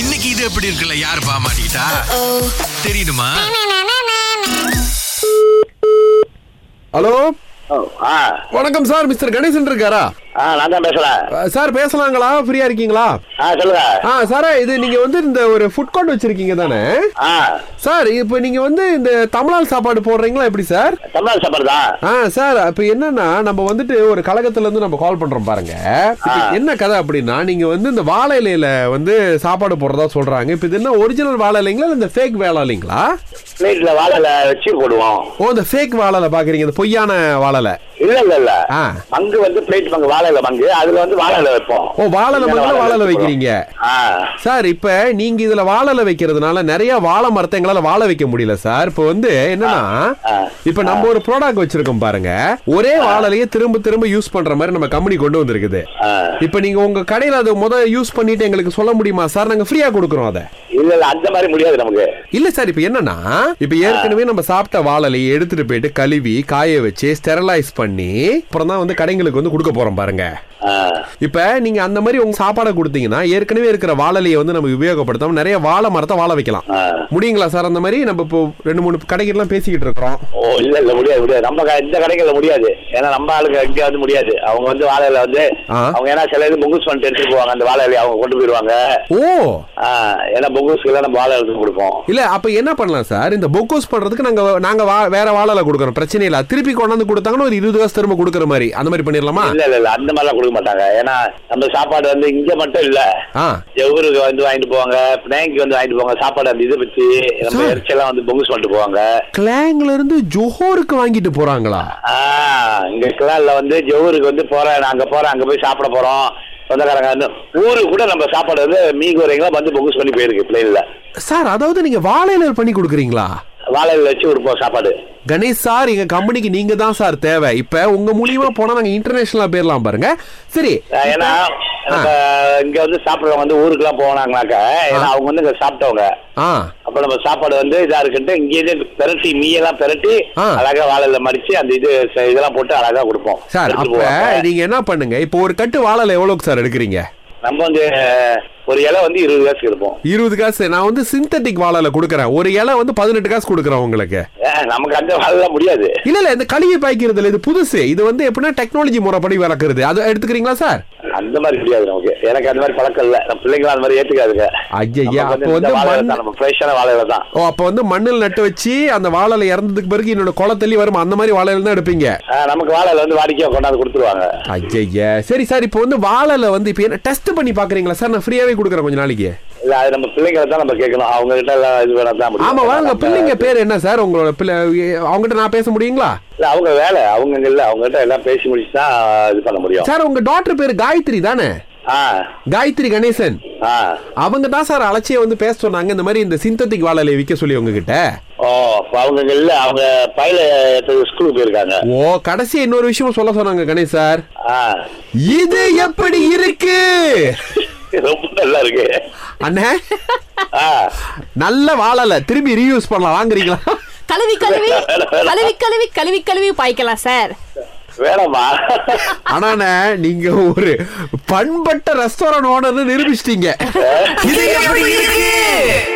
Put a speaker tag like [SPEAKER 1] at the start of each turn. [SPEAKER 1] இன்னைக்கு இது எப்படி இருக்குல்ல யார் பாமாட்டா தெரியுமா
[SPEAKER 2] ஹலோ
[SPEAKER 3] ஓ, ஆ
[SPEAKER 2] வணக்கம் சார் மிஸ்டர் கணேசன் இருக்காரா
[SPEAKER 3] ஆ நான் தான் பேசுறேன்
[SPEAKER 2] அஹ், சார் பேசலாங்களா ஃப்ரீயா இருக்கீங்களா
[SPEAKER 3] ஆ சொல்லுங்க
[SPEAKER 2] ஆ சாரா இது நீங்க வந்து இந்த ஒரு ஃபுட் கோர்ட் வச்சிருக்கீங்க தானே
[SPEAKER 3] ஆ
[SPEAKER 2] சார் இப்போ நீங்க வந்து இந்த தமிழால் சாப்பாடு போடுறீங்களா எப்படி சார்
[SPEAKER 3] தமிழ்நாடு சாப்பாடு தான்
[SPEAKER 2] ஆ சார் இப்போ என்னன்னா நம்ம வந்துட்டு ஒரு கழகத்துல இருந்து நம்ம கால் பண்றோம் பாருங்க இப்போ என்ன கதை அப்படின்னா நீங்க வந்து இந்த வாழை இலையில வந்து சாப்பாடு போடுறதா சொல்றாங்க இப்போ இது என்ன ஒரிஜினல் வாழை இலைங்களா இல்ல இந்த ஃபேக் வாழை இலைங்களா
[SPEAKER 3] வீட்டில் வாழல வச்சு போடுவோம்
[SPEAKER 2] ஓ இந்த ஃபேக் வாழை இலை பாக்குறீங்க இந்த பொய்யான வாழை இலை
[SPEAKER 3] இல்ல இல்ல இல்ல
[SPEAKER 2] ஆ.
[SPEAKER 3] மங்கு வந்து பிளேட் மங்கு வாழையில மங்கு அதுல வந்து வாழையில வைப்போம்
[SPEAKER 2] ஓ வாழை இலை மட்டும் வாழை இலை வைக்கிறீங்க
[SPEAKER 3] ஆ
[SPEAKER 2] சார் இப்ப நீங்க இதுல வாழல வைக்கிறதுனால நிறைய வாழை மரத்தை எங்களால வாழ வைக்க முடியல சார் இப்ப வந்து என்னன்னா
[SPEAKER 3] ஆ.
[SPEAKER 2] இப்ப நம்ம ஒரு ப்ராடக்ட் வச்சிருக்கோம் பாருங்க ஒரே வாழலையே திரும்ப திரும்ப யூஸ் பண்ற மாதிரி நம்ம கம்பெனி கொண்டு வந்திருக்குது
[SPEAKER 3] ஆ.
[SPEAKER 2] இப்ப நீங்க உங்க கடையில அதை முத யூஸ் பண்ணிட்டு எங்களுக்கு சொல்ல முடியுமா சார் நாங்க ஃப்ரீயா கொடுக்குறோம் அதை
[SPEAKER 3] இல்ல இல்ல அந்த மாதிரி முடியாது நமக்கு
[SPEAKER 2] இல்ல சார் இப்ப என்னன்னா இப்ப ஏற்கனவே நம்ம சாப்பிட்ட வாழலையை எடுத்துட்டு போயிட்டு கழுவி காய வச்சு ஸ்டெரலைஸ் பண்ணி அப்புறம் தான் வந்து கடைங்களுக்கு வந்து கொடுக்க போறோம் பாருங்க
[SPEAKER 3] ஆ.
[SPEAKER 2] இப்ப நீங்க அந்த மாதிரி உங்க சாப்பாடை கொடுத்தீங்கன்னா ஏற்கனவே இருக்கிற வாழலையை வந்து நம்ம உபயோகப்படுத்தாம நிறைய வாழை மரத்தை வாழ வைக்கலாம்
[SPEAKER 3] ஆ.
[SPEAKER 2] முடியுங்களா சார் அந்த மாதிரி நம்ம இப்போ ரெண்டு மூணு கடைகள்லாம் பேசிக்கிட்டு இருக்கிறோம்
[SPEAKER 3] ஓ இல்ல இல்ல முடியாது முடியாது நம்ம க- இந்த கடைகள்ல முடியாது ஏன்னா நம்ம ஆளுங்க இங்க வந்து முடியாது அவங்க வந்து வாழையில வந்து
[SPEAKER 2] ஆ.
[SPEAKER 3] அவங்க ஏன்னா சில இது முங்குஸ் பண்ணிட்டு எடுத்துட்டு போவாங்க அந்த வாழை இலையை அவங்க கொண்டு போயிருவாங்க
[SPEAKER 2] ஓ
[SPEAKER 3] ஆ, ஏன்னா முங்குஸ்க்கு நம்ம வாழை எடுத்து கொடுப்போம்
[SPEAKER 2] இல்ல அப்ப என்ன பண்ணலாம் சார் இந்த பொக்கோஸ் பண்றதுக்கு நாங்க நாங்க வா- வேற வாழலை கொடுக்குறோம் பிரச்சனை இல்ல திருப்பி கொண்டாந்து கொடுத்தாங்கன்னா ஒரு இருபது வருஷம் திரும்ப கொடுக்குற மாதிரி அந்த மாதிரி பண்ணிடலாமா
[SPEAKER 3] இல்ல இல்ல இல்ல அந்த மாதிரிலாம் கொடுக்க மாட்டாங்க ஏன்னா நம்ம சாப்பாடு வந்து இங்க மட்டும் இல்ல
[SPEAKER 2] ஆ
[SPEAKER 3] எவருக்கு வந்து வாங்கிட்டு போவாங்க பினாங்கிக்கு வந்து வாங்கிட்டு போவாங்க சாப்பாடு அந்த இதை பத்தி நம்ம
[SPEAKER 2] Sir.
[SPEAKER 3] இறைச்சியெல்லாம் வந்து பொங்குஸ் பண்ணிட்டு போவாங்க
[SPEAKER 2] கிளாங்ல இருந்து ஜோஹோருக்கு வாங்கிட்டு போறாங்களா
[SPEAKER 3] ஆ, இங்க கிளால்ல வந்து ஜெவருக்கு வந்து போறேன் நான் அங்க போறேன் அங்க போய் சாப்பிட போறோம் சொந்தக்காரங்க வந்து ஊருக்கு கூட நம்ம சாப்பாடு வந்து மீன் வரைங்களா வந்து பொங்குஸ் பண்ணி போயிருக்கு பிளேன்ல
[SPEAKER 2] சார் அதாவது நீங்க வாழையில பண்ணி கொடுக்குறீங்களா
[SPEAKER 3] வாழையில வச்சு கொடுப்போம் சாப்பாடு
[SPEAKER 2] கணேஷ் சார் எங்க கம்பெனிக்கு நீங்க தான் சார் தேவை இப்ப உங்க மூலியமா போனா நாங்க இன்டர்நேஷனலா போயிடலாம் பாருங்க சரி
[SPEAKER 3] அஹ் ஏன்னா நம்ம இங்க வந்து சாப்பிடுறவங்க வந்து ஊருக்குலாம் போனாங்கனாக்க ஏன்னா அவங்க வந்து இங்க சாப்பிட்டவங்க
[SPEAKER 2] ஆ
[SPEAKER 3] அப்ப நம்ம சாப்பாடு வந்து இதா இருக்குன்ட்டு இங்கேயே பெரட்டி மீயெல்லாம் பெரட்டி
[SPEAKER 2] ஆ.
[SPEAKER 3] அழகா வாழைல மடிச்சு அந்த இது ச- இதெல்லாம் போட்டு அழகா கொடுப்போம்
[SPEAKER 2] சார்
[SPEAKER 3] எடுத்துட்டு
[SPEAKER 2] அப்ப
[SPEAKER 3] போவாங்க.
[SPEAKER 2] நீங்க என்ன பண்ணுங்க இப்போ ஒரு கட்டு வாழல எவ்வளவுக்கு சார் எடுக்கிறீங்க
[SPEAKER 3] நம்ம வந்து அஹ், ஒரு இலை வந்து இருபது காசுக்கு எடுப்போம்
[SPEAKER 2] இருபது காசு நான் வந்து சிந்தட்டிக் வாழல கொடுக்குறேன் ஒரு இலை வந்து பதினெட்டு காசு கொடுக்குறேன் உங்களுக்கு
[SPEAKER 3] அஹ், நமக்கு அந்த வாழைலாம் முடியாது
[SPEAKER 2] இல்ல இல்ல இந்த கழுவி பாய்க்கிறது இல்ல இது புதுசு இது வந்து எப்படின்னா டெக்னாலஜி முறைப்படி வளர்க்குறது அது எடுத்துக்கிறீங்களா சார்
[SPEAKER 3] அந்த மாதிரி முடியாது நமக்கு எனக்கு அந்த மாதிரி பழக்கம் இல்ல நம்ம பிள்ளைங்களும் அந்த மாதிரி ஏத்துக்காதுங்க
[SPEAKER 2] ஐயையா,
[SPEAKER 3] நமக்கு
[SPEAKER 2] அப்ப
[SPEAKER 3] இந்த
[SPEAKER 2] வந்து
[SPEAKER 3] வாழை
[SPEAKER 2] மண்-
[SPEAKER 3] தான், நம்ம ஃப்ரெஷ்ஷான வாழையில தான்
[SPEAKER 2] ஓ அப்போ வந்து மண்ணில் நட்டு வச்சு அந்த வாழலை இறந்ததுக்கு பிறகு என்னோட குலை தள்ளி வரும் அந்த மாதிரி வாழையில தான் எடுப்பீங்க
[SPEAKER 3] அஹ், நமக்கு வாழையில வந்து வாடிக்கையா கொண்டாந்து கொடுத்துருவாங்க
[SPEAKER 2] ஐயய்யா சரி சார் இப்போ வந்து வாழலை வந்து இப்போ என்ன டெஸ்ட் பண்ணி பார்க்குறீங்களா சார் நான் ஃப்ரீயாகவே கொடுக்குறேன் கொஞ்ச நாளைக்கு
[SPEAKER 3] இல்ல அது நம்ம பிள்ளைங்களை தான் நம்ம கேட்கணும் அவங்க கிட்ட எல்லாம் இது வேணா தான் முடியும்.
[SPEAKER 2] ஆமாம் வாங்க
[SPEAKER 3] நம்ம-
[SPEAKER 2] பிள்ளைங்க பேர் என்ன சார் உங்களோட பிள்ளை அவங்ககிட்ட நான் பேச முடியுங்களா
[SPEAKER 3] இல்ல, அவங்க வேலை அவங்க இங்க இல்ல அவங்க கிட்ட எல்லாம் பேசி முடிச்சு தான் இது பண்ண முடியும்
[SPEAKER 2] சார் உங்கள் டாக்டர் பேர் காயத்ரி தானே
[SPEAKER 3] ஆ
[SPEAKER 2] காயத்ரி கணேசன்
[SPEAKER 3] ஆ
[SPEAKER 2] அவங்க தான் சார் அலட்சிய வந்து பேச சொன்னாங்க இந்த மாதிரி இந்த சிந்தட்டிக் வாழலை விற்க சொல்லி உங்ககிட்ட
[SPEAKER 3] ஓ அப்ப அவங்க இங்க இல்ல அவங்க பையில ஸ்கூலுக்கு போயிருக்காங்க
[SPEAKER 2] ஓ கடைசி இன்னொரு விஷயம் சொல்ல சொன்னாங்க கணேஷ் சார்
[SPEAKER 3] ஆ
[SPEAKER 2] இது எப்படி இருக்கு
[SPEAKER 3] ரொம்ப நல்லா இருக்கு
[SPEAKER 2] அண்ணே
[SPEAKER 3] ஆ
[SPEAKER 2] நல்ல வாழலை திரும்பி ரீயூஸ் பண்ணலாம் வாங்குறீங்களா
[SPEAKER 4] கழுவி கழுவி கழுவி கழுவி கழுவி கழுவி பாய்க்கலாம் சார்
[SPEAKER 3] வேணாமா
[SPEAKER 2] ஆனாண்ணே நீங்க ஒரு பண்பட்ட ரெஸ்டாரண்ட் ஓனர்னு நிரூபிச்சிட்டீங்க
[SPEAKER 5] இது எப்படி இருக்கு